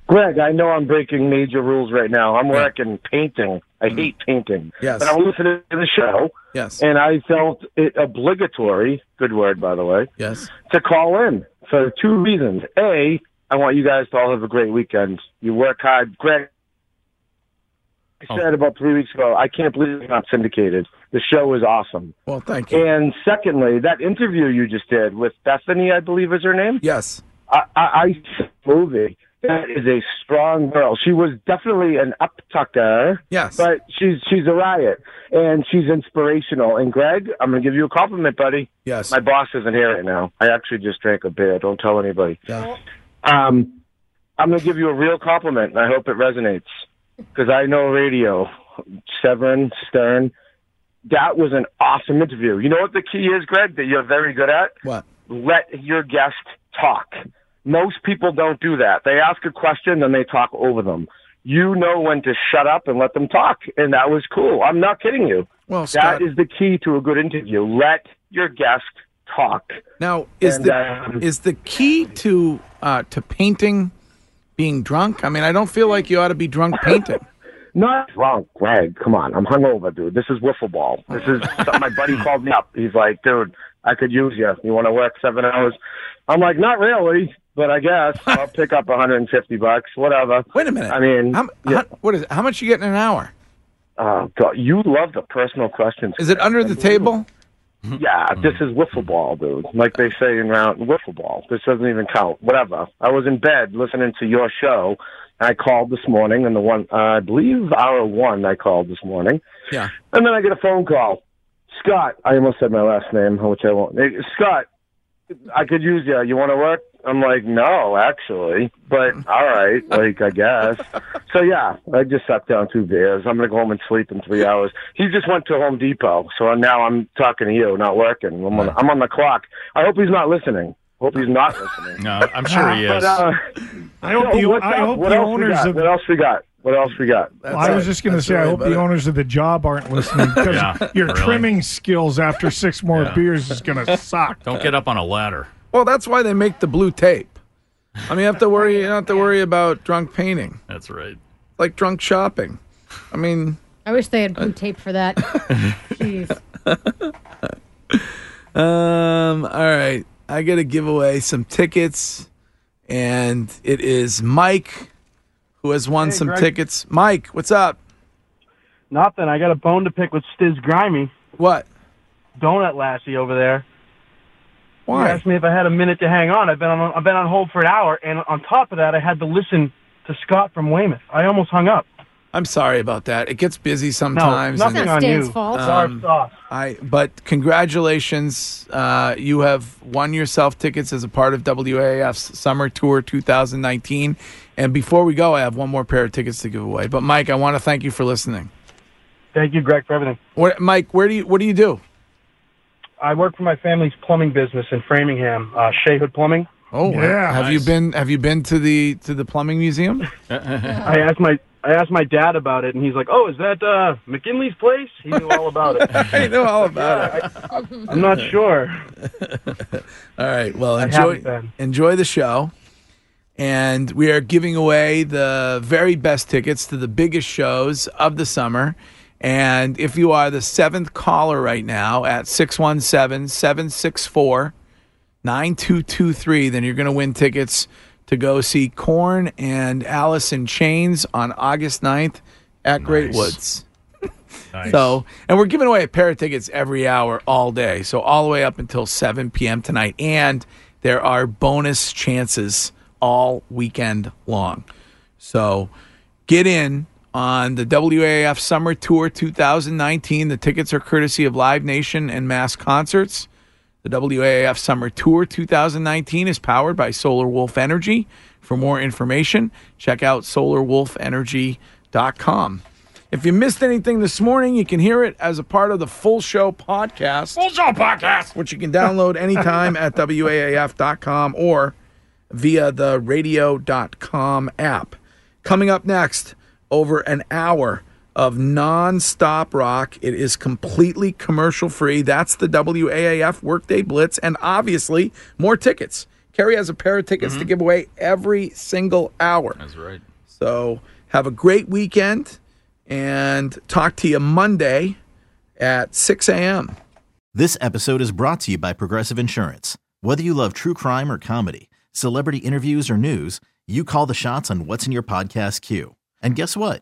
Speaker 11: Greg, I know I'm breaking major rules right now. I'm working painting. I hate painting.
Speaker 2: Mm-hmm. Yes.
Speaker 11: But I'm listening to the show.
Speaker 2: Yes.
Speaker 11: And I felt it obligatory, good word, by the way,
Speaker 2: Yes.
Speaker 11: to call in for two reasons. A, I want you guys to all have a great weekend. You work hard. Greg, I
Speaker 2: Oh.
Speaker 11: said about three weeks ago, I can't believe it's not syndicated. The show is awesome.
Speaker 2: Well, thank you.
Speaker 11: And secondly, that interview you just did with Bethany, I believe is her name.
Speaker 2: Yes.
Speaker 11: I, I, I movie. That is a strong girl. She was definitely an uptucker.
Speaker 2: Yes.
Speaker 11: But she's she's a riot and she's inspirational. And Greg, I'm gonna give you a compliment, buddy.
Speaker 2: Yes.
Speaker 11: My boss isn't here right now. I actually just drank a beer. Don't tell anybody. Um, I'm gonna give you a real compliment, and I hope it resonates because I know radio. Severin Stern. That was an awesome interview. You know what the key is, Greg, that you're very good at?
Speaker 2: What?
Speaker 11: Let your guest talk. Most people don't do that. They ask a question, then they talk over them. You know when to shut up and let them talk, and that was cool. I'm not kidding you.
Speaker 2: Well,
Speaker 11: that is the key to a good interview. Let your guest talk.
Speaker 2: Now, is
Speaker 11: And,
Speaker 2: the
Speaker 11: um,
Speaker 2: is the key to uh, to painting being drunk? I mean, I don't feel like you ought to be drunk painting.
Speaker 11: Not drunk, Greg. Come on, I'm hungover, dude. This is wiffle ball. This is my buddy called me up. He's like, dude, I could use you. You want to work seven hours? I'm like, not really, but I guess I'll pick up 150 bucks, whatever.
Speaker 2: Wait a minute.
Speaker 11: I mean, yeah.
Speaker 2: What is it? How much you get in an hour?
Speaker 11: Oh, God, you love the personal questions.
Speaker 2: Is it under the table?
Speaker 11: Yeah, this is wiffle ball, dude. Like they say in round wiffle ball. This doesn't even count. Whatever. I was in bed listening to your show. I called this morning, and the one uh, I believe hour one I called this morning.
Speaker 2: Yeah.
Speaker 11: And then I get a phone call. Scott, I almost said my last name, which I won't. Hey, Scott, I could use you. You want to work? I'm like, no, actually, but all right, like I guess. So yeah, I just sat down two beers. I'm gonna go home and sleep in three hours. He just went to Home Depot, so now I'm talking to you, not working. I'm on, I'm on the clock. I hope he's not listening. Hope he's not listening.
Speaker 3: No, I'm sure he
Speaker 11: But,
Speaker 3: is.
Speaker 11: uh,
Speaker 4: I hope
Speaker 11: so
Speaker 4: the-
Speaker 11: what's
Speaker 4: I
Speaker 11: up?
Speaker 4: hope
Speaker 11: what
Speaker 4: the
Speaker 11: else we
Speaker 4: owners
Speaker 11: got?
Speaker 4: of-
Speaker 11: What else we got? What else we got?
Speaker 4: Well, I was just going to say, I hope the owners of the job aren't listening because
Speaker 3: Yeah,
Speaker 4: your
Speaker 3: really.
Speaker 4: trimming skills after six more beers is going to suck.
Speaker 3: Don't get up on a ladder.
Speaker 2: Well, that's why they make the blue tape. I mean, you have to worry. You don't have to worry about drunk painting,
Speaker 3: That's right.
Speaker 2: like drunk shopping. I mean,
Speaker 15: I wish they had blue tape for that. Jeez.
Speaker 2: Um. All right. I got to give away some tickets, and it is Mike who has won
Speaker 16: Hey,
Speaker 2: some
Speaker 16: Greg.
Speaker 2: tickets. Mike, what's up?
Speaker 16: Nothing. I got a bone to pick with Stiz Grimy.
Speaker 2: What?
Speaker 16: Donut Lassie over there.
Speaker 2: Why?
Speaker 16: He asked me if I had a minute to hang on. I've been on. I've been on hold for an hour, and on top of that, I had to listen to Scott from Weymouth. I almost hung up.
Speaker 2: I'm sorry about that. It gets busy sometimes. Um,
Speaker 16: nothing It's not on Stan's you. fault. It's our stuff.
Speaker 2: I. But congratulations, uh, you have won yourself tickets as a part of WAF's Summer Tour 2019. And before we go, I have one more pair of tickets to give away. But Mike, I want to thank you for listening.
Speaker 16: Thank you, Greg, for everything.
Speaker 2: What, Mike? Where do you? What do you do?
Speaker 16: I work for my family's plumbing business in Framingham, uh, Shea Hood Plumbing.
Speaker 2: Oh, Have you been? Have you been to the to the plumbing museum?
Speaker 16: I asked my I asked my dad about it, and he's like, "Oh, is that uh, McKinley's place?" He knew all about it.
Speaker 2: I know all about
Speaker 16: it. I, am not sure.
Speaker 2: All right. Well,
Speaker 16: I
Speaker 2: enjoy
Speaker 16: haven't been.
Speaker 2: enjoy the show, and we are giving away the very best tickets to the biggest shows of the summer. And if you are the seventh caller right now at 617 764 9223, then you're going to win tickets to go see Corn and Alice in Chains on August 9th at Great Woods. So, and we're giving away a pair of tickets every hour all day. So, all the way up until 7 p.m. tonight. And there are bonus chances all weekend long. So, get in on the WAF Summer Tour 2019. The tickets are courtesy of Live Nation and Mass Concerts. The WAAF Summer Tour 2019 is powered by Solar Wolf Energy. For more information, check out solarwolfenergy.com. If you missed anything this morning, you can hear it as a part of the Full Show podcast. Full Show podcast, which you can download anytime at waaf.com or via the radio.com app. Coming up next, over an hour of non-stop rock. It is completely commercial free. That's the WAAF Workday Blitz and obviously more tickets. Kerry has a pair of tickets to give away every single hour. That's
Speaker 3: right.
Speaker 2: So have a great weekend and talk to you Monday at 6 a.m.
Speaker 17: This episode is brought to you by Progressive Insurance. Whether you love true crime or comedy, celebrity interviews or news, you call the shots on what's in your podcast queue. And guess what?